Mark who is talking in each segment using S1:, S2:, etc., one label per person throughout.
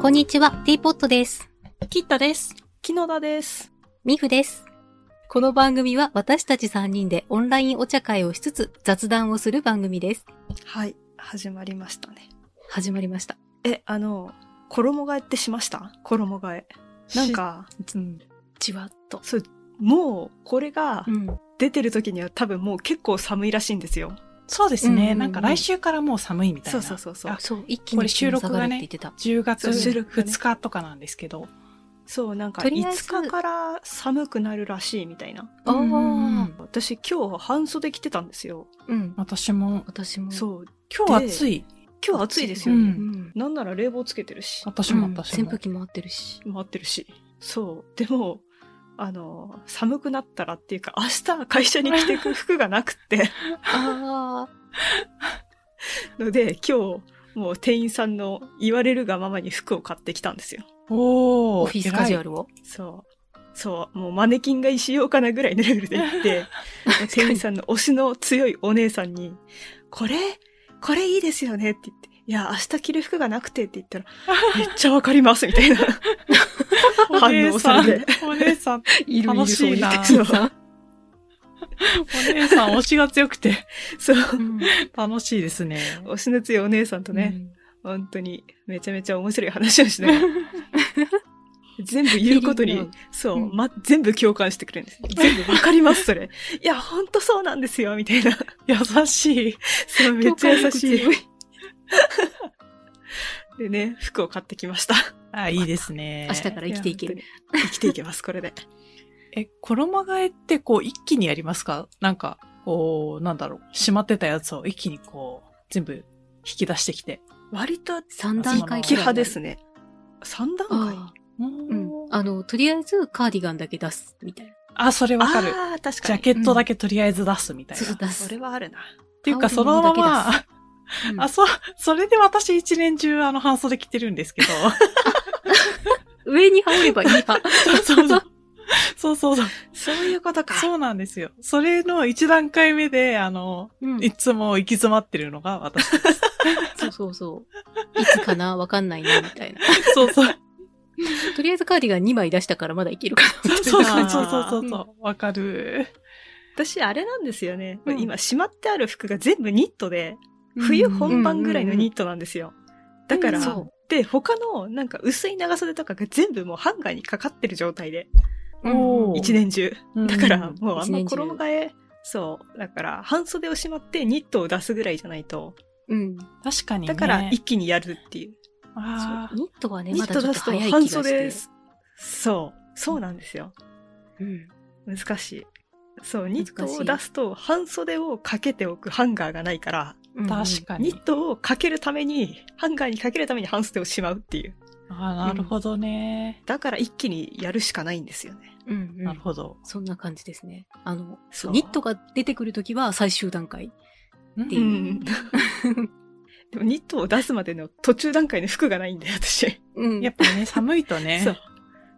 S1: こんにちは、ティーポットです。
S2: キッタです。木野田です。
S1: ミフです。この番組は私たち3人でオンラインお茶会をしつつ雑談をする番組です。
S2: はい、始まりましたね。
S1: 始まりました。
S2: え、あの、衣替えってしました衣替え。なんか、うん、
S1: じわっと。
S2: そう、もう、これが
S1: うん。
S2: 出てる時には多分もう結構寒いらしいんですよ。
S3: そうです
S1: うんうんう
S3: ね。
S1: ん
S3: なんか来週からもう寒いみたい
S2: そ
S3: な。
S2: うそうそうそう
S3: あ。
S1: そう、一気
S3: こ
S1: に
S3: れ収録
S1: 気温下がる
S3: がね
S1: って言ってた。
S3: 10月
S2: そう収録がね
S3: 2日とかなんですけど。
S2: そう、なんか
S1: とりあえず
S2: 5日から寒くなるらしいみたいな。
S1: ああ、
S3: うん
S2: 私今日半袖着てたんですよ。
S1: うん。
S3: 私も、
S1: 私も。う。
S2: そう、
S3: 今日暑い。
S2: 今日暑いですよ
S1: う
S2: ね。
S1: ん。
S2: なんなら冷房つけてるし。
S3: 私も
S1: うん
S3: 私
S1: 扇
S3: も。
S1: 風機回ってる し。
S2: 回ってるし。そう。でも、あの、寒くなったらっていうか、明日会社に着てく服がなくって、
S1: ああ。
S2: ので、今日、もう店員さんの言われるがままに服を買ってきたんですよ。
S3: おー
S1: オフィスカジュア
S3: ル。
S1: ルを。
S2: そう。そう。もうマネキンが石ようかなぐらいのレベルで行 って、店員さんの推しの強いお姉さんに、これ、これいいですよねって言って、いや、明日着る服がなくてって言った ら、めっちゃわかりますみたいな。
S3: お姉さ
S2: 反応さ
S3: ん
S2: れて。
S3: お姉さん、
S1: い
S3: る楽しいな
S1: そう いう店員さん
S3: お姉さん推しが強くて
S2: そう。
S1: うん
S3: 楽しいですね。
S2: 推しの強いお姉さんとね、
S1: うん
S2: 本当にめちゃめちゃ面白い話をしながら全部言うこ
S1: フィ
S2: と
S1: ーリン
S2: に
S1: グ
S2: そう、
S1: うん
S2: ま、全部共感してくれるんです全部わかりますそれ いや本当そうなんですよみたい な
S3: 優しい。
S2: そうめっちゃ優し
S1: 共感力強
S2: い でね服を買ってきました
S3: あ、いいですね。
S1: 明日から生きていける
S2: や本当に生きていけますこれで
S3: え、衣替えってこう一気にやりますかなんか、こう、なんだろう、しまってたやつを一気にこう、全部引き出してきて。
S2: 割と
S1: 三段階。
S2: 気派ですすね3段階
S1: あーうん。
S3: うん
S1: あの、とりあえずカーディガンだけ出す、みたいな。
S3: あ、それわかる。
S2: あー確
S3: ジ
S2: か
S3: ャ
S2: に
S3: ケットだけとりあえず出すみたい
S1: そうそ
S3: な。
S1: う
S3: っ
S1: 出
S2: そ
S1: す
S2: れ。はあるな
S3: ていうか、
S1: 羽
S3: そ
S1: 織る
S3: の
S1: もの
S3: ま
S1: だ
S3: ま、
S1: うん
S3: あ、そう、それで私一年中あの半袖着てるんですけど、
S1: 上に羽織ればいい 派。
S3: そうそう。そうそうそう。
S2: そういうことか
S3: そうなんですよ。それの一段階目で、あの、
S1: うん
S3: いつも行き詰まってるのが私。
S1: そうそうそう。いつかなわかんないな、みた いな。
S3: そうそう。
S1: とりあえずカーディガン2枚出したからまだいけるかな。みたい
S3: そう
S1: な
S3: そうそうそうそう。わかる。
S2: 私あれなんですよね、
S1: うん
S2: 今しまってある服が全部ニットで冬本番ぐらいのニットなんですよ。だから、
S3: うん
S1: そう
S2: で、他のなんか薄い長袖とかが全部もうハンガーにかかってる状態で、
S3: おー
S2: 一年中。
S3: うん
S2: だから、もうあ
S1: 一
S2: んま
S1: 年中
S2: 衣替え、そう。だから、半袖をしまってニットを出すぐらいじゃないと、
S1: うん。
S3: 確かに、ね。
S2: だから一気にやるっていう。
S3: あ
S1: そうニットはね、
S2: ニ
S1: ま
S2: ッ
S1: だち
S2: ト
S1: ょっ
S2: 出
S1: と
S2: すと
S1: 早い
S2: 半
S1: 気がし
S2: 袖
S1: て
S2: で。す。そう。そうなんですよ。
S1: うん
S2: 難しい。そう、ニット
S1: 難し
S2: を
S1: い
S2: 出すと半袖をかけておくハンガーがないから、
S1: うん
S3: あ、確か
S2: ニ
S3: に
S2: ッ。トをかけるために、ハンガーにかけるために半袖をしまうっていう。
S3: あなるほどね。
S2: だから一気にやるしかないんですよね。
S1: うんう
S3: なる
S1: ん。
S3: ほど。
S1: そんな感じですね。あの、
S2: そう
S1: ニットが出てくるときは最終段階。
S3: う
S1: て
S2: う
S1: い
S2: ん。 でもニットを出すまでの途中段階の服がないんだよ、私。
S1: うん
S3: やっぱね、寒いとね。
S2: そう。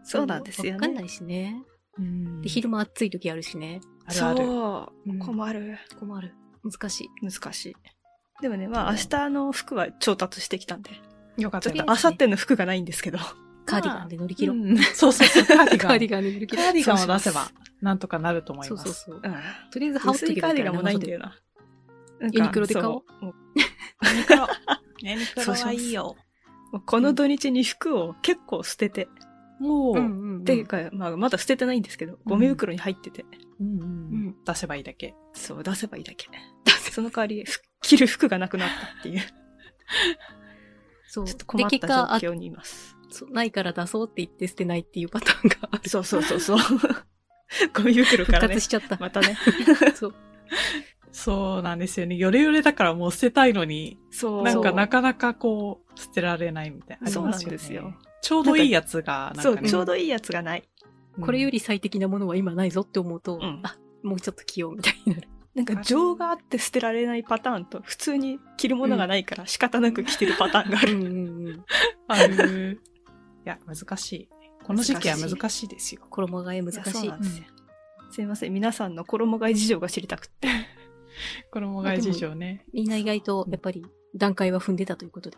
S2: そうなんですよ
S1: わかんな
S2: ね。
S1: いしね。
S3: うん
S1: で、昼間暑いときあるしね。
S3: あるある。
S2: そう
S1: うん。
S2: 困る。
S1: 困る。難しい。
S2: 難しい。でもね、まあ明日の服は調達してきたんで。
S3: よかっ
S2: ち
S3: た
S2: ょっ
S3: よ
S2: と
S3: かっ
S2: 明後日の服がないんですけど。
S1: カーディガンで乗り切ろう。
S3: た。そうそうそう。 カーディ
S1: カ
S3: ガ
S1: ー
S3: ン
S1: ディ。ガンで乗り切
S3: カ
S1: ろう。
S3: ーディガンを出せば、なんとかなると思い
S1: そう
S3: ます。
S1: そうそう。
S2: うん。
S1: とりあえず羽織っ
S2: 薄
S1: と
S2: い
S1: け
S2: カ
S1: ば
S2: ー
S1: いい
S2: ディ
S1: か
S2: ガ
S1: ら
S2: ンもないんだよな。なんか
S1: ユニクロで買おう
S2: そうも
S3: ユニクロ。ユニク
S2: そ
S3: ロ
S2: うします
S3: はいいよ。
S2: うこの土日に服を結構捨てて。
S3: も
S1: う
S3: う、うんん
S1: うんうん
S2: っていうか、まあまだ捨ててないんですけど、ゴミ袋に入ってて。
S3: う
S1: うん
S3: ん。出せばいいだけ。
S2: そう、出せばいいだけ。その代わり、ふ着る服がなくなったっていう、
S1: そう。
S2: ちょっと困っ
S1: で結果
S2: た
S1: あ
S2: 状況にいます。
S1: そうないから出そうって言って捨てないっていうパターンがある。
S2: そうそうそうそう。 ゴミ袋
S1: 復
S2: からね
S1: 活。しちゃった。
S2: また ね。
S1: そう。
S3: そうなんですよね。ヨレヨレだからもう捨てたいのに、
S2: そう。
S3: なんかなかなかこう、捨てられないみたいな。
S2: そう
S3: あり
S2: なん
S3: ま
S2: ですよ。
S3: ちょうどいいやつが、な
S2: そ
S3: ん
S2: う、
S3: かね。
S2: ちょうどいいやつがない。
S1: これよ
S3: り、
S1: り最適なものは今ないぞって思うと、
S2: うん
S1: あ、もうちょっと着ようみたいになる。
S2: なんか情があって捨てられないパターンと、普通に着るものがないから仕方なく着てるパターンがあ
S1: う
S2: る。
S1: ん うんうん。
S3: ある。いや、難しい。この時期は
S2: 難しい
S3: 難しいですよ。
S1: 衣替え難
S2: いやそ
S1: し
S2: う
S1: い。
S2: なんですよ。すいません、皆さんの衣替え事情が知りたくって。
S3: 衣替え事情ね。
S1: みんな意外と、やっぱり、段階は踏んでたということで。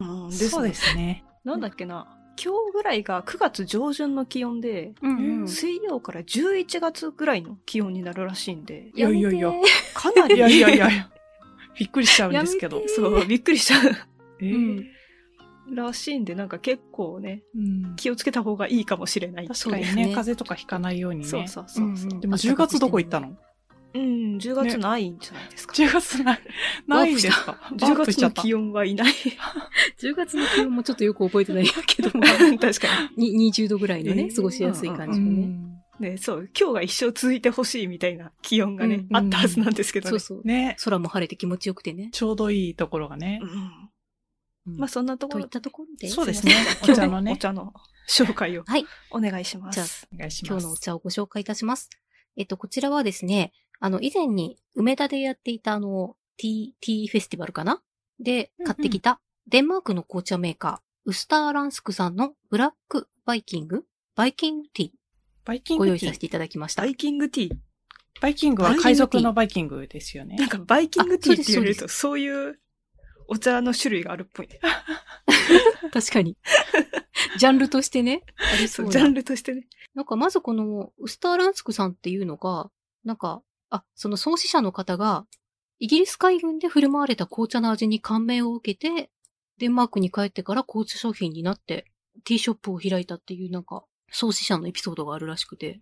S2: うん
S3: そうですね。
S2: なんだっけな、今日ぐらいが9月上旬の気温で、
S1: うんうん。
S2: 水曜から11月ぐらいの気温になるらしいんで、
S3: いやいやいや
S1: めて
S2: かないり、
S3: やいやいやいや。びっくりしちゃうんですけ
S1: や
S3: ど
S1: め。
S2: そう、びっくりした。
S3: え
S1: ー
S3: ー
S2: らしいんで、なんか結構ね、
S3: うん
S2: 気をつけた方がいいかもしれない。
S3: 確かに
S1: そうですね
S3: ね、風邪とかひかないようにね。
S2: そうそうそうそう。
S1: うん
S3: でも10月どこ行ったの
S2: うん、10月ないんじゃないですか。
S3: 10 月ない、ないんですか
S2: 10
S3: 10
S2: 月
S3: 月
S2: の
S3: の気
S2: 気温はいない。
S1: 10月の気温もちょっとよく覚えてないんだけ ども、
S2: 確か
S1: に20度ぐらいのね、
S2: えー
S1: 過ごしやすい感
S3: 温
S1: じのね。
S2: に。ね、そう、今日が一生続いてほしいみたいな気温がね、
S1: うん
S2: あったはずなんですけど
S1: そう
S2: ね。
S1: そう。
S3: ね。
S1: 空も晴れて気持ちよくてね。
S3: ちょうどいいところがね。
S2: うん
S3: うん
S2: まあそんなとこと
S1: い
S2: ろ
S1: っ、たところで、
S3: そうですね。お茶のね
S2: お。茶の紹介を
S1: はい
S2: お願いしま
S1: じゃあ
S2: す。
S3: お願いし
S1: 今
S3: ま
S1: 日のお
S3: す。
S1: 茶をご紹介いたします。えっと、こちらはですね、あの、以前に梅田でやっていたあの、T、T フェスティバルかなで
S3: うんうん
S1: 買ってきた、デンマークの紅茶メーカー、ウスターランスクさんのブラックバイキングバイキングティ
S3: バイキ
S1: ー
S3: ン
S1: ご
S3: グ
S1: 用意
S3: ティ
S1: さ
S3: ー
S1: せ。ていただきました
S2: バ。イキングティー。
S3: バイキングは海賊のバイキングですよね
S2: なん。かバイキングティーって言われる
S1: あ
S2: と、そういうお茶の種類があるっぽいね。
S1: 確かに。 ジャンルとしてね。ありそ
S2: そうう、
S1: な
S2: ジャンルとしてね。
S1: なんかまずこのウスターランスクさんっていうのが、なんか、あ、その創始者の方が、イギリス海軍で振る舞われた紅茶の味に感銘を受けて、デンマークに帰ってから紅茶商品になって、ティーショップを開いたっていうなんか、創始者のエピソードがあるらしくて。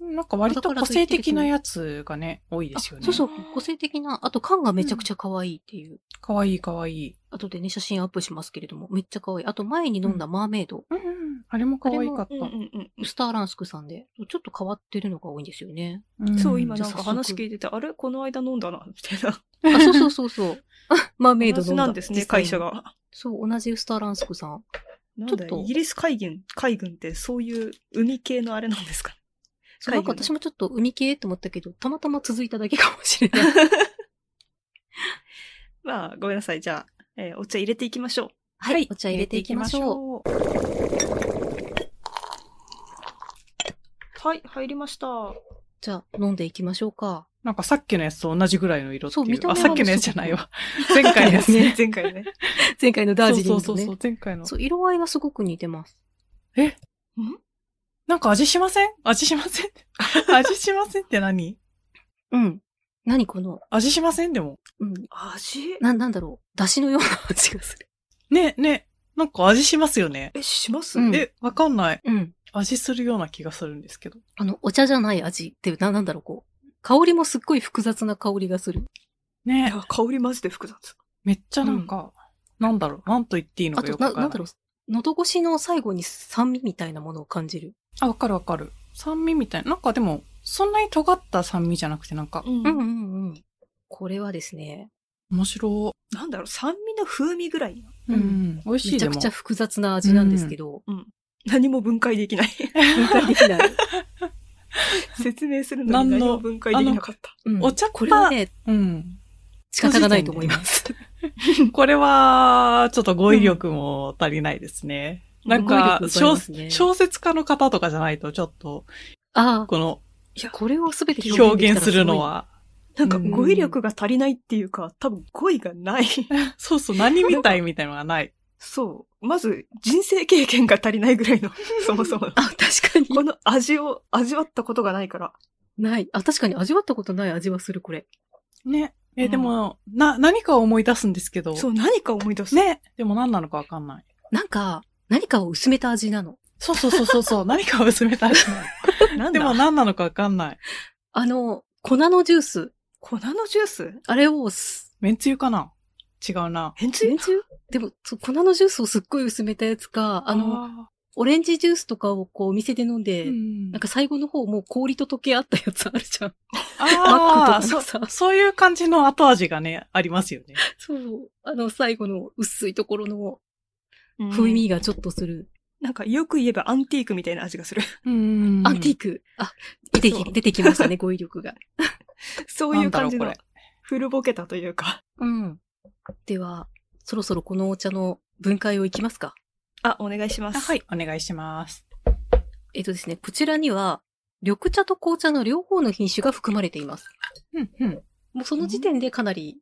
S3: なんか割と個性的なやつがね、多いで
S1: あ
S3: すよね。
S1: そうそう、個性的な、あと缶がめちゃくちゃ可愛いっていう。
S3: かわいいかわいい。
S1: 後でね、写真アップしますけれども、めっちゃ可愛い。あと前に飲んだマーメイド、
S3: うんうん。あれもかわいかっ
S2: うんうんうん
S1: ウスターランスクさんで、ちょっと変わってるのが多いんですよね。
S3: た。ん
S2: そう、今
S1: じゃ
S2: な
S1: あ
S2: んか
S1: 早速
S2: 話聞いてて、あれこの間飲んだな、みたいな。
S1: あ、そうそうそうそう。 マーメイド
S2: 同
S1: 飲
S2: じ
S1: んだ。
S2: なんです
S1: 実
S2: ね、
S1: 際
S2: 会
S1: に
S2: 社が。
S1: そう、同じウスターランスクさん。
S2: な
S1: ちょ
S2: ん
S1: っと
S2: だイギリス海軍、海軍ってそういう海系のあれなんですか
S1: そうなんか
S2: 海軍の
S1: 私もちょっと海系って思ったけど、たまたま続いただけかもしれ ない。
S2: まあ、ごめんなさい。じゃあ、えーお茶入れていきましょう。
S1: はい、お茶入れていきましょう。
S3: う。
S2: はい、入りました。
S1: じゃあ、飲んでいきましょうか。
S3: なんかさっきのやつと同じぐらいの色って
S1: そう
S3: い
S1: 見
S3: う。
S1: た目
S3: あ、
S1: は
S3: さっきのやつじゃないわ。前回のやつ
S1: ね
S3: ね。
S2: 前回ね。
S1: 前回のダージリンのね。そ
S3: そううそうそう、前回の。
S1: 色合いはすごく似てます。
S3: なんか味しません味しません 味しませんって何
S1: うん。何この、
S3: 味しませんでも。
S1: うん、
S2: 味
S1: な、なんだろう。出汁のような味がする。
S3: ね、ね。なんか味しますよね。
S2: え、します、
S1: うん
S3: え、わかんない。
S1: うん。
S3: 味するような気がするんですけど。
S1: あの、お茶じゃない味っていう、な、なんだろう、こう。香りもすっごい複雑な香りがする。
S2: い
S3: ね。
S2: や、香りマジで複雑。
S3: めっちゃなんか、なんだろう、なんと言っていいの
S1: あ
S3: かよ
S1: と、
S3: くわ
S1: な、
S3: かん
S1: な
S3: な
S1: いんだろう。喉越しの最後に酸味みたいなものを感じる。
S3: あ、わかるわかる。酸味みたいな。なんかでも、そんなに尖った酸味じゃなくて、なんか、
S2: ん
S1: うんうんうん。これはですね、
S3: 面白
S2: なんだろう、酸味の風味ぐらいな。
S3: い。
S1: う
S3: うんん。美味し
S1: めち
S3: いで
S1: ゃ
S3: も
S1: くちゃ。複雑な味なんですけど、
S2: 何も分解 できない。
S1: 分解できない。
S2: 説明するのに
S3: 何
S2: 何
S3: の
S2: も分解できなかった。
S1: うん
S3: お茶っ葉
S1: これはね、
S3: うん。
S1: 仕方がないと思います。
S3: これは、ちょっと語彙力も足りないですね。なんか
S1: 語彙力ござい
S3: 小
S1: ます、ね
S3: 小説家の方とかじゃないと、ちょっと、
S1: あ
S3: この、
S1: あ、これをすべて
S3: 表現するの。は、
S2: なんか
S3: うん
S2: 語彙力が足りないっていうか、多分語彙がない。
S3: そうそう、何みたいみたいの がない。
S2: そう。まず、人生経験が足りないぐらいの、そもそも。
S1: あ、確か
S2: この味を味わったことがないから。
S1: に。ない。あ、確かに味わったことない味はする、これ。
S3: ね。
S2: う
S3: え、
S2: ん
S3: でも、な、何かを思い出すんですけど、
S2: そう、何か思い出す。。
S3: ね。でも何なのかわかんない。
S1: なんか、何かを薄めた味なの。
S3: そうそうそうそ うそう、何かを薄めた味なの
S2: なん
S3: でも
S2: だ
S3: 何なのかわかんない。
S1: あの、粉のジュース。
S2: 粉のジュース
S1: あれをす、
S3: めんつゆかな違うな。
S2: 変つ
S1: めんつゆでも、そう粉のジュースをすっごい薄めたやつか、あの、
S3: あ
S1: オレンジジュースとかをこう、お店で飲んで、
S3: ー、うん
S1: なんか最後の方もう氷と溶け合ったやつあるじゃん。マッ
S3: あー
S1: クとかのさ
S3: そ、そういう感じの後味がね、ありますよね。
S1: そう。あの、最後の薄いところの
S2: うん
S1: 風味がちょっとする。
S2: なんかよく言えばアンティークみたいな味がする。
S3: うん
S1: アンティー
S3: ク。
S1: ク。あ、出て
S2: そ
S1: き、
S2: う
S1: 出てきましたね、語彙力が。
S2: そう
S3: ないん
S2: う
S3: だ
S2: 感
S3: ろう、
S2: じ
S3: こ
S2: の
S3: れ。
S2: 古ぼけたというか。
S1: うん。では、そろそろこのお茶の分解をいきますか。
S2: あ、お願いしま
S3: あ
S2: す。
S3: はい、お願いします。
S1: えっとですね、こちらには、緑茶と紅茶の両方の品種が含まれています。
S3: うん、うん。
S1: もうその時点でかなり、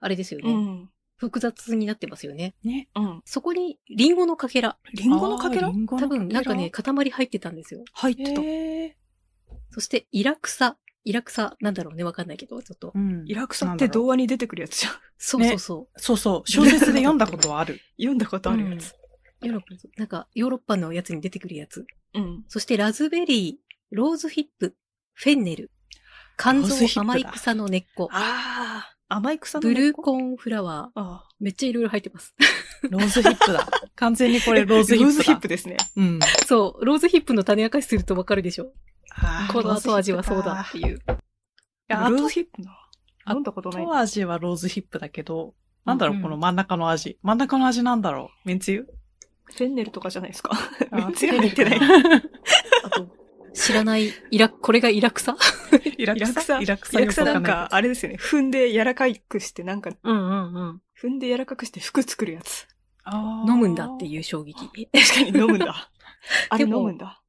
S1: あれですよね、
S2: うん。
S1: 複雑になってますよね。
S3: ね。
S2: うん。
S1: そこに、リンゴのかけら。
S2: リンゴのかけ
S3: あ
S2: ら
S3: ーリンゴの
S1: 多
S3: かけら
S1: 分、なんかね、、塊入ってたんですよ。
S2: 入っ
S3: え
S2: てた。
S1: そして、イラクサ。イラクサ、なんだろうね、わかんないけど、ちょっと。
S3: うん
S2: イラクサって
S3: う
S2: 童話に出てくるやつじゃん。
S1: そうそうそう。
S3: そうそう、小説で読んだことはあ る。
S2: 読んだことあるやつ。
S1: ヨーロッパなんか、ヨーロッパのやつに出てくるやつ。
S2: うん。
S1: そして、ラズベリー、ローズヒップ、フェンネル、肝
S3: ローズヒッ
S1: 臓
S3: プだ
S1: 甘い草の根っこ、
S2: ああ、甘い草の
S1: ブル
S2: 根
S1: ー
S2: っこ
S1: コーンフラワー、
S2: あ
S1: めっちゃいろいろ入ってます。
S3: ローズヒップだ。完全にこ
S2: あ。
S3: れローズヒップだ。
S2: ですね。
S3: うん。
S1: そう、ローズヒップの種明かしするとわかるでしょ。
S2: あ
S1: この後味はそうだっていう。
S2: ロ
S3: あ
S2: ー
S3: と
S2: ズヒップな。飲んだことない。
S3: 後味はローズヒップだけど、なんだろ
S1: うんう
S3: う、
S1: ん
S3: この真ん中の味。真ん中の味なんだろう。めんつゆ
S2: フェンネルとかじゃないですか。
S3: あ
S2: めっちゃ入ってない。
S1: あと、知らない、イラ、これがイラクサ
S3: イラ
S2: イラクサ
S3: イラクサ
S2: イラクサ
S3: よくわ
S2: なん
S3: いけど
S2: か、あれですよね。踏んで柔らかくして、なんか、
S1: うんうんうん。
S2: 踏んで柔らかくして服作るやつ。
S3: あー
S1: 飲むんだっていう衝撃。
S2: 確かに飲むんだ。あれ
S1: でも
S2: 飲むんだ。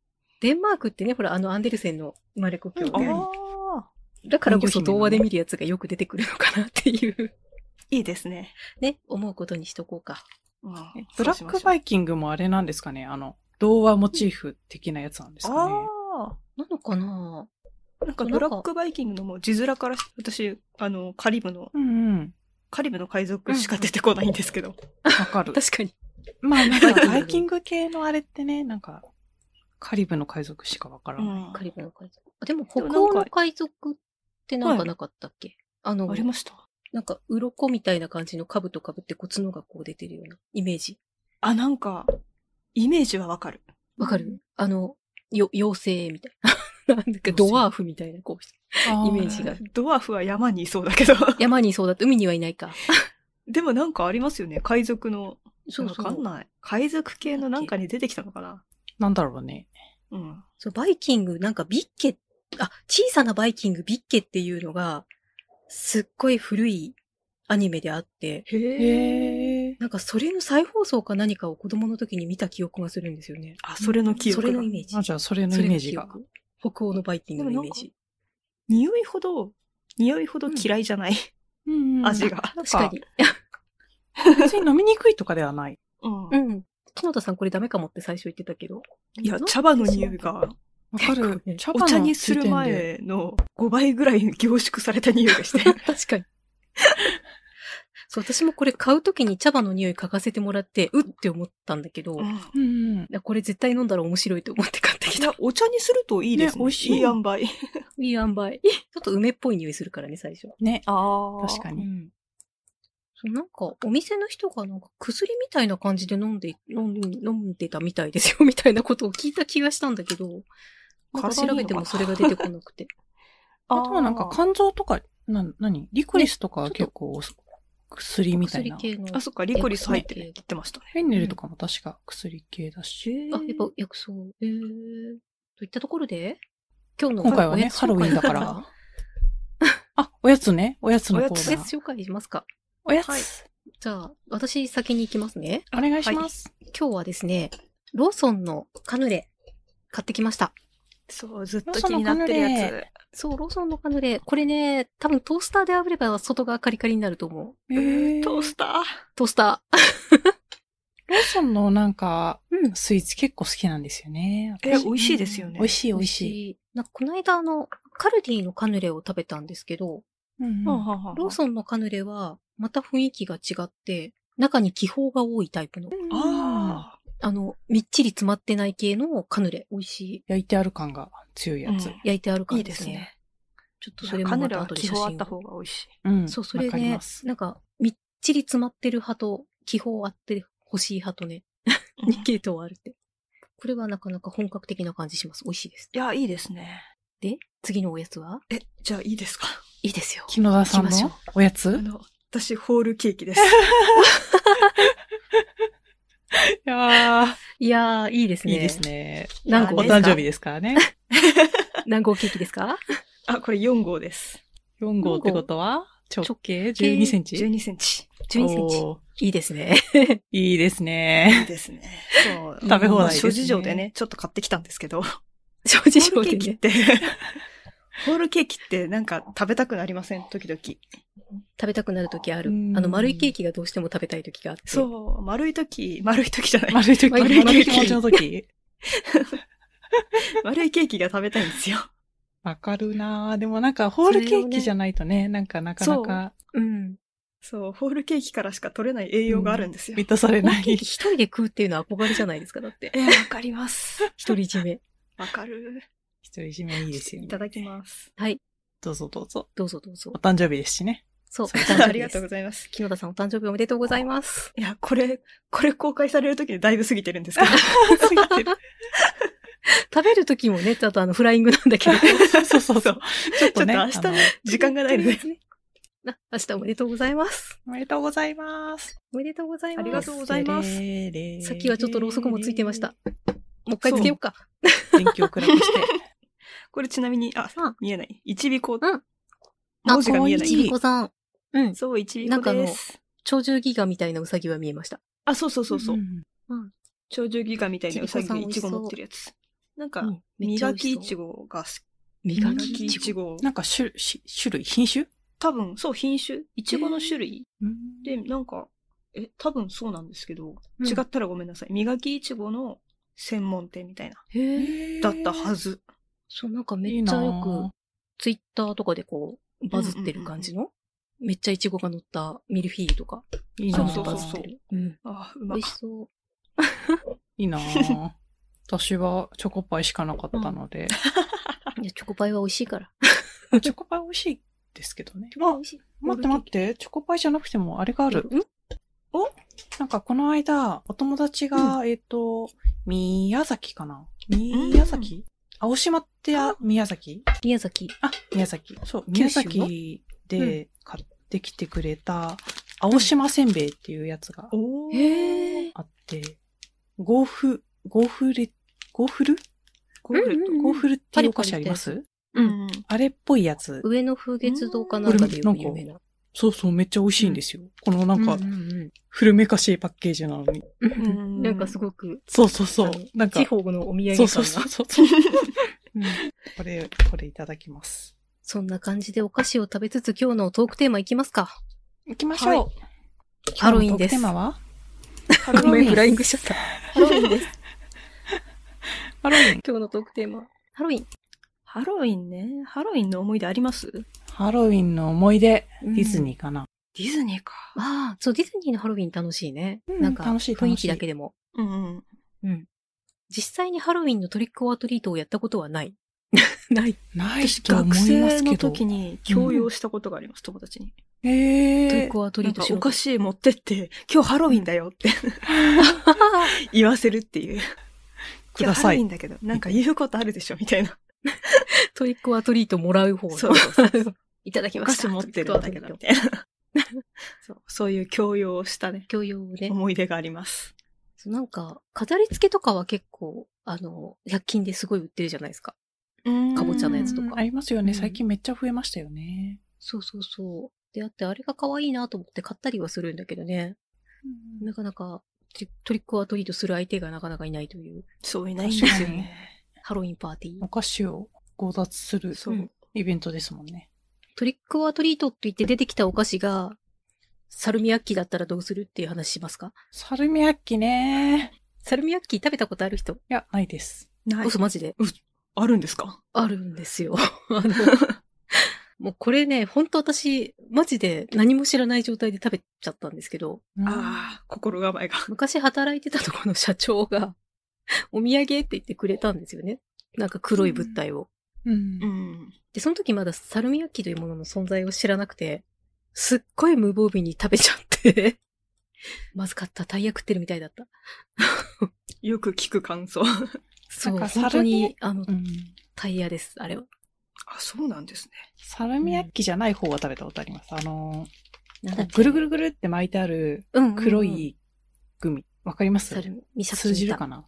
S1: デンマークってね、ほら、あの、アンデルセンの生まれ故郷
S3: あ
S1: で、
S3: ー
S1: だからこそ童話で見るやつがよく出てくるのかなっていう、
S2: いいですね。
S1: ね、思うことにしとこうか。
S3: えブラックバ
S2: イ
S3: イキングもあれなんですかねあの、童話モチーフ的なやつなんですかね
S2: あ
S1: なのかな
S2: あ。なんか、ブラックバイキングのもう字面からし、私、あの、カリブの、
S3: うんうん。
S2: カリブの海賊しか出てこないんですけど。
S3: わかる。
S1: 確かに。
S3: まあなんか、バイキング系のあれってね、なんか、カリブの海賊しかわからない。
S2: うん
S1: カリブの海賊。でも、北
S2: もなんか
S1: 欧の海賊ってなんかなかったっけ、あの
S2: あ、りました。
S1: なんか、鱗みたいな感じの兜被って、こう、角がこう出てるようなイメージ。
S2: あ、なんか、イメージはわかる。
S1: わかる、
S3: うん
S1: あの、よ、妖精みたいな。 なんか、ドワーフみたいな、こう、イメージが。
S2: ドワーフは山にいそうだけど。
S1: 山にいそうだと、海にはいないか。
S2: でもなんかありますよね。海賊の。
S1: そうそう
S2: わかんない。海賊系のなんかに出てきたのかな。
S3: なんだろうね。
S2: うん。
S1: そう、バイキング、なんかビッケ、あ、小さなバイキングビッケっていうのが、すっごい古いアニメであって、
S2: へえ。
S3: え。
S1: なんかそれの再放送か何かを子供の時に見た記憶がするんですよね。
S2: あ、それの記
S1: それ
S2: 憶だ。
S1: のイメージ
S3: あ、。じゃあ、それのイメージが
S1: そ。れの記憶。北欧のバイキングのイメージ。
S2: 匂いほど、匂いほど嫌いじゃない。
S3: うんうん
S2: 味が
S3: なん
S1: 確かに。
S3: 別に飲みにくいとかではない。
S2: うん
S1: うん。木野田さんこれダメかもって最初言ってたけど。
S2: いや、茶葉の匂いが、
S3: わかる
S1: 結構ね。
S3: 茶
S2: お茶にする前の5倍ぐらい凝縮された匂いがして。
S1: 確かに。 そう、私もこれ買うときに茶葉の匂い嗅がせてもらって、うって思ったんだけど、い
S2: い
S3: うんうん。
S1: やこれ絶対飲んだら面白いと思って買ってきた。
S2: や、お茶にするといいですね。
S3: ね美味しい
S2: いい塩梅。
S1: いい塩梅 ちょっと梅っぽい匂いするからね、最初。
S3: ね。
S2: あ
S3: 確か
S1: う
S3: に。
S1: ん。そうなんか、お店の人がなんか薬みたいな感じで飲んで、飲ん飲んでたみたいですよ、みたいなことを聞いた気がしたんだけど、なんか調べてもそれが出てこなくて。
S3: あとはなんか、肝臓とか、な、なにリコリスとかは結構お薬みたい
S1: 薬
S3: な。フ
S1: 系の。
S2: あ、そっか、リコリス入ってるって言ってましたね。
S3: ェンネルとかも確か薬系だし。
S1: あ、やっぱ薬草。えー、といったところで、今日の
S3: 今回はね
S1: おやつ紹介
S3: ハロウィンだから あ、おやつね。おやつのコ
S2: おや
S1: お
S3: ー
S1: や
S3: ナー。
S1: つ紹介しますか。
S3: おや
S2: はい
S3: つ。
S1: じゃあ、私先に行きますね。
S3: お願いします。
S1: 今日はですね、ローソンのカヌレ買ってきました。
S2: そう、ずっと気になってる
S3: そのカ
S2: や
S1: そう、ローソンのカヌレ。これね、多分トースターで炙れば外側カリカリになると思う。
S3: え
S2: つ。
S3: ー
S2: トースタ
S1: トースター。
S3: ローソンのなんか、
S1: うん
S3: スイーツ結構好きなんですよね。
S2: ー。え、美味しいですよね。
S3: 美味しい美味しい。
S1: い。なんかこの間あの、カルディのカヌレを食べたんですけど、
S3: うんう
S2: はあ
S3: ん
S2: はあはあ
S1: ローソンのカヌレはまた雰囲気が違って、中に気泡が多いタイプの、
S3: ああ。
S2: ああ。
S1: あの、みっちり詰まってない系のカヌレ。美味しい。
S3: 焼いてある感が強いやつ
S2: うん。
S1: 焼いてある
S2: い
S1: 感
S2: い
S1: じ
S2: で
S1: です
S2: す
S1: ね。
S2: ね。
S1: ちょっとそれ
S2: カ
S1: もま
S2: ヌレ
S1: た
S2: は
S1: 後で
S2: 気
S1: 写
S2: 泡あっ
S1: 真
S2: た
S1: を。
S2: 方が美味しい。
S3: うん
S1: そう、それ
S3: わかり
S1: ね
S3: ま、す。
S1: なんか、みっちり詰まってる派と、気泡あってほしい派とね、
S2: うん
S1: 2系統あるって。これはなかなか本格的な感じします。美味しいです。
S2: いや、いいですね。
S1: で、次のおやつは
S2: え、じゃあいいですか
S1: いいですよ。
S3: 木野田さん
S1: 行きま
S3: の
S1: し
S3: おや
S2: あ
S3: つ
S2: の、私、ホールケー キです。
S3: いやー、
S1: いやー、いいですね。
S3: いいです。ね。
S1: 何
S2: お
S1: 号
S3: お
S1: ですか
S3: 誕生日ですからね。
S1: 何号ケーキですか
S2: あ、これ4号です。
S3: 4号ってことは直径
S1: 径
S3: 12センチ
S2: 12センチ。
S1: ?12 センチ。
S3: おー
S1: いいですね。
S3: いいです
S2: いい
S3: ね。
S2: ですね。そう。
S3: 食べ放題ですね
S2: まあ諸事情でね、ちょっと買ってきたんですけど。
S1: 正直
S2: ホールケ
S1: で
S2: ーキっ
S1: ね。
S2: て、ホールケーキってなんか食べたくなりません時々。
S1: 食べたくなる時ある。
S3: うん
S1: あの、丸いケーキがどうしても食べたい時があって。
S2: そう、丸い時、丸い時じゃない。
S3: 丸い時、
S1: 丸
S3: 丸
S1: い
S3: い
S1: 時
S3: 気持ちの時。
S2: 丸いケーキが食べたいんですよ。
S3: わかるなぁ。でもなんか、ホールケーキじゃないとね、なんかなかなか
S1: うん。
S2: そう、ホールケーキからしか取れない栄養があるんですよ。
S3: 満たされ
S1: ホー
S3: な
S1: ルケー
S3: い
S1: キ。一人で食うっていうのは憧れじゃないですか、だ って。
S2: え、わかります。
S1: 独り占め。
S2: わかる。
S3: 一人占めいいですよね
S2: い。ただきます。
S3: どうぞどうぞ。
S1: どうぞどうぞ
S3: お。誕生日ですしね。
S1: そう、お誕生日です
S2: ありがとうございます。
S1: 木野田さんお誕生日おめでとうございます。
S2: いや、これ、これ公開される時にだいぶ過ぎてるんですけど。
S3: 過 ぎてる
S1: 食べる時もね、ちょっとあの、フライングなんだ けど。
S3: そうそうそう。ちょっとね、
S2: ちょっと明日
S3: あの
S2: 時間がないので。
S1: な明日おめでとうございます。
S3: おめでとうございます。
S1: おめでとうございます。
S2: ありがとうございます
S3: レレレ
S1: さっきはちょっとろうそくもついてました。もう一回つけようか。
S3: 電気を暗くして。
S2: これちなみに、あ
S1: うん、
S2: 見えない。一尾子。
S1: うん
S2: 文字が見えな
S1: ちび
S2: い。
S1: こさん。うん。
S2: そう、一
S1: な
S2: 尾
S1: んか
S2: 子
S1: あの
S2: です。
S1: 鳥獣ギガみたいなウサギは見えました。
S2: あ、そう そうそうそう。
S3: ん
S2: 鳥獣ギガみたいなウサギがイ
S1: ちび
S2: チゴ
S1: こさん美味しそう
S2: 持ってるやつ。なん
S1: う
S2: か、
S1: ん。めっちゃ美
S2: 磨
S1: 味
S2: き
S1: し
S2: イ
S1: そう
S2: チゴが好き。
S1: 磨
S2: 磨
S1: き
S2: き
S1: い
S2: イ
S1: ち
S2: チ
S1: ご。
S2: ゴ。
S3: なんか種し種類、品種
S2: 多分、そう、品種。イチゴの種類。で、
S3: で、
S2: なんか、え、多分そうなんですけど、
S1: うん
S2: 違ったらごめんなさい。磨きイチゴの専門店みたいな、
S1: へえ。
S2: だったは
S3: ず。
S2: ず。
S1: そう、なんかめっちゃ
S3: いい
S1: よく、
S3: な
S1: ツイッターとかでこう、バズってる感じの、めっちゃイチゴが乗ったミルフィーユとか、
S3: いいな
S1: そうい
S2: そ
S1: ううの
S2: そ
S1: がバズ
S2: うそう
S1: ってる。うん。
S2: あー、う
S1: 美
S2: ま
S1: 味
S2: い
S1: し。そう。
S3: いいなぁ私はチョコパイしかなかったの で、
S1: いや、チョコパイは美味しいから。
S3: チョコパイ美味しいですけどね。
S1: 美
S3: あ、
S1: 味しい。
S3: 待って待って、チョコパイじゃなくてもあれがある。
S1: うん
S3: なんかこの間、お友達が、えっ、と、宮崎かな宮崎、青島ってあ宮崎
S1: 宮崎。
S3: あ、宮崎。そう、
S1: 九
S3: 宮
S1: 州の
S3: 崎で買ってきてくれた、青島せんべいっていうやつが
S2: おー。
S1: へえ。
S3: あって、ゴーフ、ゴーフレ、ゴーフル
S2: ゴール
S1: うんうん
S3: ゴーフルっていうお菓子あります
S2: ド。
S1: うん
S2: うん。
S3: あれっぽいやつ。
S1: 上の風月堂かなんかでよく有名な。
S3: そうそう、めっちゃ美味しいんですよ。このなんか
S1: う、んうん
S3: 古めかしいパッケージなのに。
S1: うん
S2: うん
S1: なんかすごく、
S3: そうそうそう
S1: あの。
S3: なんか
S1: 地、方のお土産感
S3: そ
S1: が
S3: うそうそうそう。うんこれ、これいただきます。
S1: そんな感じでお菓子を食べつつ今日のトークテーマいきますか。
S3: 行きま
S2: しょう
S3: う。
S1: ハロウィンです
S3: テーマはハ
S1: ごめん、フライン
S3: ン。
S1: グしちゃった。
S2: ハロウィンです。
S3: ハロウィン。
S1: 今日のトークテーマ。ハロウィン。
S2: ハロウィンね。ハロウィンの思い出ありますデ
S3: ハロウィンの思い出、
S1: デ
S3: ディズ
S1: ー。
S3: ニーかな。
S2: ィズニーか。
S1: ああ、そう、ディズニーのハロウィン楽しいね。
S3: うん
S1: なんか、
S3: 楽しい
S1: 雰囲気だけでも。
S2: うんうん。
S1: うん。実際にハロウィンのトリックオアトリートをやったことはない。ない。
S3: ない
S2: 私、
S3: と思いま
S2: 学
S3: すけど。
S2: 生の時に強要したことがあります、友達に。
S3: へ
S1: トリ
S3: ー
S1: ックオアトリ
S2: な
S1: ー
S2: ん
S1: ト
S2: か
S1: しろ
S2: お
S1: と
S2: 菓子持ってって、今日ハロウィンだよって言わせるっていう。
S3: く
S2: 今
S3: だ
S2: 日ハ
S3: さ
S2: ロウィ
S3: い
S2: ン。だけど、なんか言うことあるでしょみたいな。
S1: トリックオアトリートもらう方の
S2: そうそうそう。
S1: いただき
S2: お
S1: ま
S2: 菓
S1: した。
S2: 子持ってるんだけど、みたいな。 そうそういう教養をしたね、
S1: 教養をね。
S2: 思い出があります。
S1: そうなんか、飾り付けとかは結構、あの、100均ですごい売ってるじゃないですか。かぼちゃのやつとか
S3: うんありますよね。
S1: うん
S3: 最近めっちゃ増えましたよね。
S1: そうそうそう。であって、あれが可愛いなと思って買ったりはするんだけどね。なかなか、トリトリックオアトリートする相手がなかなかいないという、
S2: そういないんですよね。
S1: ハロウィンパーティー
S3: お。菓子を強奪する
S2: そう。
S1: うん
S3: イベントですもんね。
S1: トリックオアトリートって言って出てきたお菓子が、サルミヤッキだったらどうするっていう話しますか
S3: サルミヤッキね。
S1: サルミヤッキ食べたことある人、
S3: いや、ないです。
S2: ない
S1: 嘘マジで。
S2: あるんですか
S1: あるんですよ。 あの、もうこれね、ほんと私、マジで何も知らない状態で食べちゃったんですけど、
S2: ああ、心構えが。
S1: 昔働いてたとこの社長が、 お土産って言ってくれたんですよね。なんか黒い物体を。
S3: うん。
S2: ん。
S1: で、その時まだサルミヤッキというものの存在を知らなくて、すっごい無防備に食べちゃって、 まずかった、タイヤ食ってるみたいだった。
S2: よく聞く感想。
S1: そう、
S3: なんか
S1: 本
S3: サ
S1: 当
S3: ルミ
S1: に、あの
S3: う、ん
S1: タイヤです、あれは。
S2: あ、そうなんですね。
S3: サルミヤッキじゃない方は食べたことあります。あのー、
S1: なん
S3: こ
S1: だっ
S3: う
S1: け
S3: ぐるぐるぐるって巻いてある
S1: うんうんうん
S3: 黒いグミ。わかります
S1: サルミ、ミサキ
S3: 通じるかな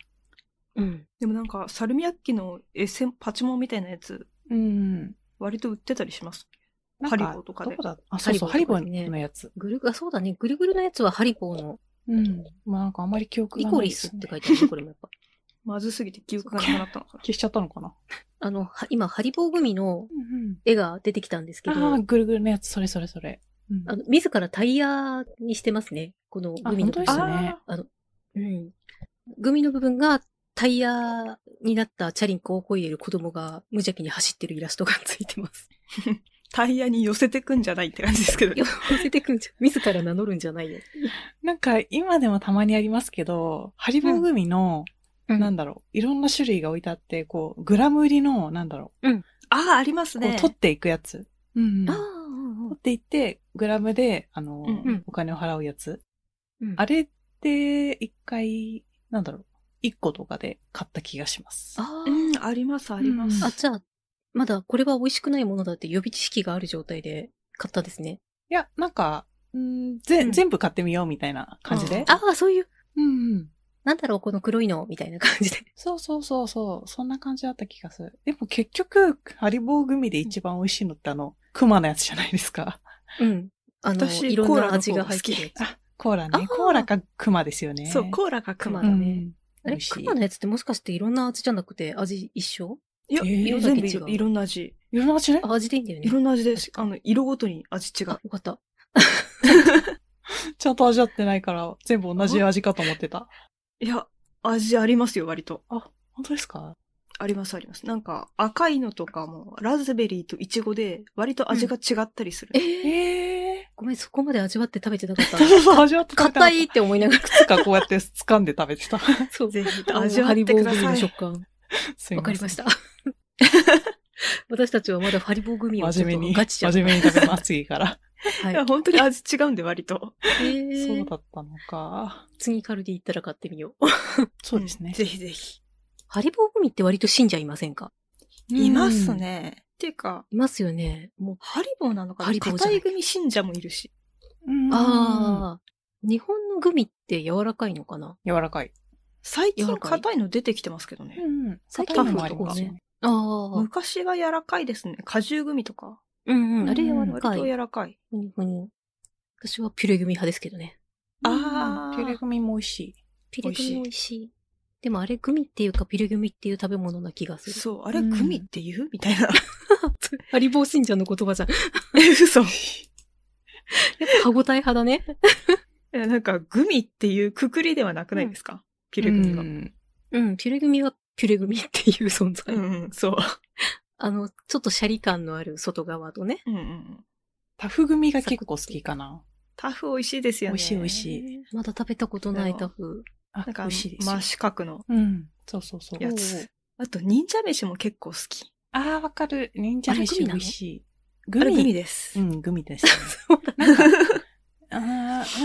S1: うん。
S2: でもなんか、サルミヤッキのエセンパチモンみたいなやつ、
S3: うん。
S2: 割と売ってたりします。
S3: なん
S2: ハリボーとか
S3: ど
S2: で
S3: こ。だあ、そうそう、
S1: ハ
S3: ハ
S1: リ
S3: リ
S1: ボ
S3: ボ
S1: ーとかでね
S3: ーのやつ。
S1: ぐる、あ、そうだね。ぐるぐるのやつはハリボーの
S3: うん。まあなんかあんまり記憶
S1: リ
S3: が
S1: コ
S3: ない
S1: リ
S3: で
S1: ス
S3: す
S1: っ
S3: ね
S1: て書いてあるね、これもやっぱ。
S2: まずすぎて記憶がなくなったのかな。
S3: 消しちゃったのかな
S1: あの、は今、ハリボーグミの
S3: うん
S1: 絵が出てきたんですけど、
S3: ああ、ぐるぐるのやつ、それそれそれ。うん
S1: あの、自らタイヤにしてますね。この
S3: あ
S1: グミの部分
S3: 本当。ですね
S1: あの、うん。グミの部分がタイヤになったチャリンコをこいでる子供が無邪気に走ってるイラストがついて ます。
S2: タイヤに寄せてくんじゃないって感じですけど
S1: いや、寄せてくんじゃ、自ら名乗るんじゃないよ。
S3: なんか、今でもたまにありますけど、ハリボーグミの、
S1: うん
S3: なんだろう、いろんな種類が置いてあって、こう、グラム売りの、なんだろ
S2: ああ、あります
S3: う、こ
S2: ね
S3: う、。取っていくやつ。うんうん
S1: ああ、
S3: 取
S1: うんうん
S3: っていって、グラムで、あの、
S2: うん
S1: うん
S3: お金を払うやつ。
S1: うん
S3: あれって、一回、なんだろう、一個とかで買った気がします。
S1: あ
S2: う
S1: ー
S2: ん、あります、あります。
S1: あ、じゃあ、まだこれは美味しくないものだって予備知識がある状態で買ったですね。
S3: いや、なんか、うんぜ
S1: うん
S3: 全部買ってみようみたいな感じで。
S1: ああ、そういう、
S3: うんうん。
S1: なんだろう、この黒いの、みたいな感じで。
S3: そうそうそうそう。そんな感じだった気がする。でも結局、ハリボー組で一番美味しいのってあの、クマのやつじゃないですか。
S1: うん。あの、
S2: 私
S1: いろん
S2: コーラ
S1: な
S2: の
S1: 味が入ってるやつ。
S3: あ、コーラ
S1: あー
S3: ね。コーラかクマですよね。
S2: そう、コーラが熊
S1: ーラ
S3: う
S1: だ
S3: ん
S1: ねあ
S3: 美
S1: れ、
S3: 味し
S1: ク
S3: い
S1: マ。のやつってもしかしていろんな味じゃなくて味一緒
S2: いや、
S3: えー
S2: 色全部いろいろんな味。
S3: いろんな味ね。
S1: あ味でいいんだよね
S2: い。ろんな味です。あの、色ごとに味違う
S1: あ。、よかった。
S3: ちゃんと味合ってないから、全部同じ味かと思ってた。
S2: いや、味ありますよ、割と。
S3: 本当ですか
S2: あります、あります。なんか、赤いのとかも、ラズベリーとイチゴで、割と味が違ったりする。
S1: えー
S3: ええ
S1: ごめん、そこまで味わって食べてなかった
S3: ー。。そうそう、味わって食べてなか
S1: 硬いって思いなが
S3: いくつかこうやって掴んで食べてた。
S1: ら、そう。
S2: ぜひ、
S1: あの
S2: 味わ
S1: ハ
S2: っ
S1: リ
S2: て
S1: ボ
S2: く
S1: ーグ
S2: だ
S1: ミの
S2: さい。
S1: 食感。
S3: すいせん
S1: わかりまし。た。 私たちはまだハリボーグミをち
S3: 真
S1: ょっ
S3: 面
S1: と
S3: 目に、
S1: ガチじゃ
S3: 真
S1: ん。
S3: 面目に食べます、次から。
S1: はいい
S2: や、。本当に味違うんで、割と。
S1: えー
S3: そうだったのか。
S1: 次カルディ行ったら買ってみよう。
S3: そうですね
S2: ん。ぜひぜひ。
S1: ハリボーグミって割と信者いませんか
S2: いますね。っていうか、
S1: いますよね。もう、
S2: ハリボーなのか
S1: ハ
S2: な
S1: リボーじゃな
S2: 硬
S1: い
S2: い組信者もいるし。
S3: うん。あ。
S1: ああ、日本のグミって柔らかいのかな
S3: 柔らかい。
S2: 最近
S1: 柔らかい
S2: 硬いの出てきてますけどね。
S3: ん。
S1: 最近
S2: の
S3: も
S2: とかね
S3: よ
S1: ああ、
S2: 昔は柔らかいですね。果汁グミとか。
S1: うんうん。あれ
S3: う
S1: 柔
S3: ん
S1: ら
S2: 割
S1: か
S2: と
S1: い。
S2: 柔らかい。
S1: ふにふに。私はピュレグミ派ですけどね。
S2: あー
S3: ピュレグミも美味しい。
S1: ピュレグミ美味しい。でもあれグミっていうかピュレグミっていう食べ物な気がする。
S2: そう、あれ
S3: うん
S2: グミって言うみた いな。
S1: ハリボー信者の言葉じゃん。
S2: え、嘘。い
S1: 歯応え派だね。
S2: やなんか、グミっていうくくりではなくないですか、ピ
S3: ピ
S2: ルグミは。
S1: うん、ピュレグミはピュレグミっていう存在。
S2: うん、うん、そう。
S1: あの、ちょっとシャリ感のある外側とね。
S2: うんうん。
S3: タフグミが結構好きかな。
S2: タフ美味しいですよね。
S3: 美味しい美味しい。
S1: まだ食べたことないタフ。
S3: あ、
S2: なん
S3: 美
S2: か、
S3: 味しいですよ
S2: 真。四角の
S3: うん。そうそうそう。
S2: や
S1: おうおう
S2: つ。あと、忍者飯も結構好き。
S3: ああ、わかる。忍者
S1: あれグ
S3: 飯
S1: ミな
S3: 美
S1: の
S3: 味しい。
S2: あ
S3: グ
S2: れグミ
S3: ミ
S2: です。
S3: うん、グミです。
S1: そうだ
S3: なんか、 あー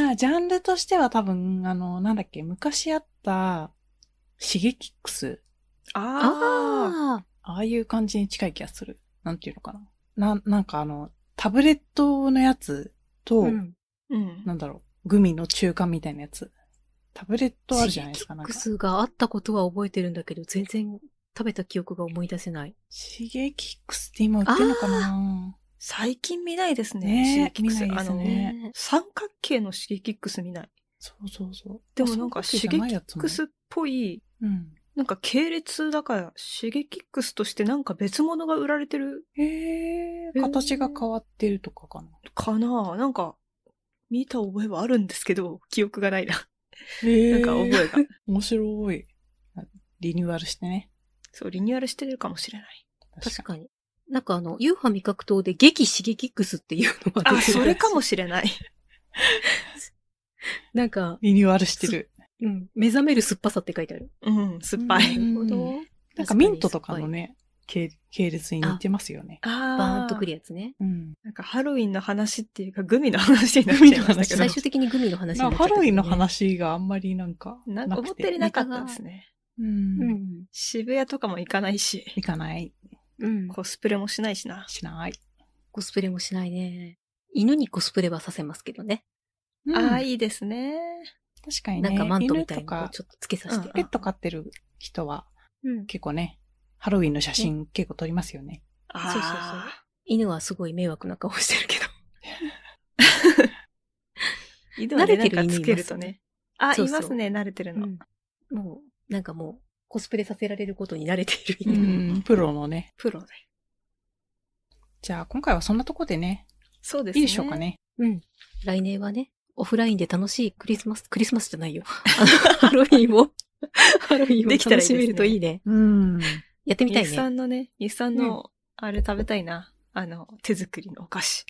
S3: まあ、ジャンルとしては多分、あの、なんだっけ、昔あった、シゲキックス。
S2: ああ。
S1: ああ。
S3: ああいう感じに近い気がする。なんていうのかな。な、なんかあの、タブレットのやつと、
S1: うん。
S2: うん。
S3: なんだろう、グミの中間みたいなやつ。タブレットあるじゃないですか、
S1: シ
S3: な
S1: ゲキ
S3: ん
S1: ッ
S3: か
S1: ク。スがあったことは覚えてるんだけど、全然食べた記憶が思い出せない。
S3: シゲキックスって今売ってんのかな
S2: 最近見ないです
S3: ねえ
S2: ね。シゲキックス。
S3: 見ない
S2: あ
S3: です
S2: の、
S3: ね
S1: ね
S2: 三角形のシゲキックス見ない。
S3: そうそうそう。
S2: でもなんか、
S3: あそ
S2: シ
S3: う
S2: ゲキ
S3: じゃないや
S2: ッ
S3: つも
S2: クスっぽい
S3: うん。
S2: なんか系列だから、シゲキックスとしてなんか別物が売られてる
S3: へ
S1: へ
S3: え、
S1: ー
S3: 形が変わってるとかかな。
S2: かななんか、見た覚えはあるんですけど、記憶がないな。
S3: へ
S2: なんか覚えが。
S3: 面白い。リニューアルしてね。
S2: そう、リニューアルしてるかもしれない。
S1: 確かに。なんかあの、ユーハ味覚糖で激シゲキックスっていうのが
S2: あ、
S1: 出て
S2: そ
S1: る
S2: れかもしれない。
S1: なんか、
S3: リニューアルしてる。
S1: うん、目覚める酸っぱさって書いてある。
S2: うん、酸っぱ
S3: う
S2: い。
S3: んなんかミントとかの。ね、系系列に似てますよね。
S2: あ
S1: バーンとく
S2: ー
S1: るやつね。
S3: うん。
S2: なんかハロウィンの話っていうか、グミの話になっちゃいましたけど
S1: 最。終的にグミの話になっちゃった
S3: ハ
S1: けど
S3: ロウ
S1: ね
S3: ィンの。話があんまりなんかくて。
S2: なんか思ったよりなかったですね。
S3: う。
S1: うんん。
S2: 渋谷とかも行かないし、
S3: 行かない。
S1: うん。
S2: コスプレもしないしな。
S3: しない。
S1: コスプレもしないね。犬にコスプレはさせますけどね。
S3: うん
S2: ああ、いいですね。
S3: 確かにね。
S1: なんかマントみ
S3: 犬
S1: たい
S3: と
S1: なのを
S3: か、
S1: ちょっとつけさせて。
S3: ペット飼ってる人は
S1: うん
S3: 結構ね、ハロウィンの写真結構撮りますよね。
S1: そうそう
S2: ああ。
S1: 犬はすごい迷惑な顔してるけど。
S2: 犬はね、
S1: 慣れ
S2: なん
S1: てる
S2: かつけるとね。あ、
S1: そう
S2: い
S1: そう
S2: ますね、慣れてるの。
S1: もう、なんかもう、
S4: コスプレさせられることに慣れている
S3: う
S4: 今、
S3: ん、プロのね。
S4: プロだよ。
S3: じゃあ、今回はそんなとこでね、
S2: そうです
S3: いいでしょうか。ね。
S4: うん。
S1: 来年はね、オフラインで楽しいクリスマス、クリスマスじゃないよ。 あのハロウィンを、ハロウィンを
S2: できたらい
S1: 楽
S2: いです
S1: し
S2: ね
S1: めるといいね。
S3: うん。
S1: やってみたい
S2: 日
S1: ね。
S2: 産のね、日産の、あれ食べたいな。あの、手作りのお菓子。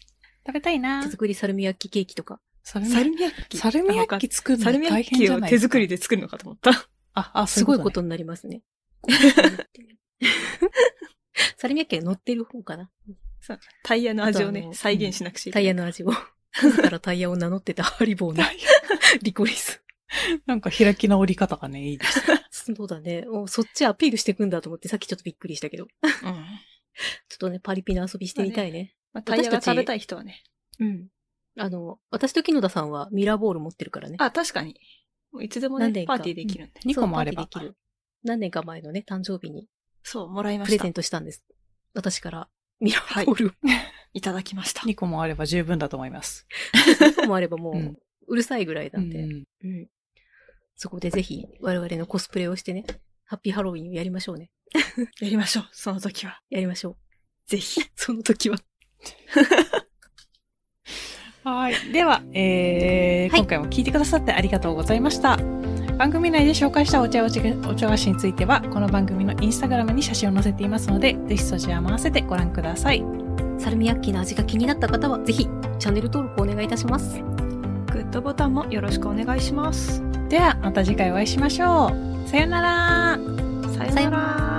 S3: 食べたいな
S1: 手。作りサルミヤッキケーキとか。
S3: サルミ
S2: サルミアッキ。
S3: サルミヤ
S2: あ
S3: ッキ作るの
S2: サルミア
S3: 大
S2: ッ
S3: 変
S2: キ
S3: じゃ
S2: を
S3: ない
S2: 手
S3: ですか。
S2: 作りで作るのかと思った。
S3: あ、あ、
S1: すごいこ
S3: ね
S1: とになり ますね。サルミヤッキは乗ってる方かな。
S2: そうタイヤの味を
S1: あとあ
S2: ね、
S1: の
S2: 再現しなくちゃい
S1: タイ
S2: け
S1: ヤ
S2: ない。
S1: の 味を。自らタイヤを名乗ってたハリボーの リコリス。
S3: なんか開き直り方がね、いいです。
S1: そうだね。おそっちアピールしていくんだと思って、さっきちょっとびっくりしたけど。ちょ
S2: うん
S1: っとね、パリピの遊びしてみたいね。
S2: まあタイヤが
S1: 私たち
S2: 食べたい人はね。
S1: うん。あの、私と木野田さんはミラーボール持ってるからね。
S2: あ、確かに。もういつでも
S1: 何
S2: ね、
S1: 年
S2: パ
S1: か
S2: ーティーできるんで。
S3: 2個もあれ
S1: そ
S3: ば
S1: う。パーティーできる何年か前のね、誕生日に
S2: そう、もらいま
S1: プ
S2: し
S1: レ
S2: た
S1: ゼン。トしたんです。私からミラーボールを。
S2: いただきました。
S3: 2個もあれば十分だと思います。
S1: そうもあればもう、
S3: う
S1: うんるさいぐらいなんで、
S3: うん
S1: うんそこでぜひ我々のコスプレをしてね、ハッピーハロウィンをやりましょうね。
S2: やりましょう、その時は。
S1: やりましょう。
S2: ぜひ。
S1: その時は。
S3: はい。では、えー
S1: はい
S3: 今回も聞いてくださってありがとうございました。番組内で紹介したお茶やお茶お茶菓子については、この番組のインスタグラムに写真を載せていますので、ぜひそちらも合わせてご覧ください。
S1: サルミヤッキーの味が気になった方は、ぜひチャンネル登録お願いいたします。
S2: グッドボタンもよろしくお願いします。
S3: では、また次回お会いしましょう。さよなら。
S2: さよ
S1: さ
S2: な
S1: よ
S2: ら。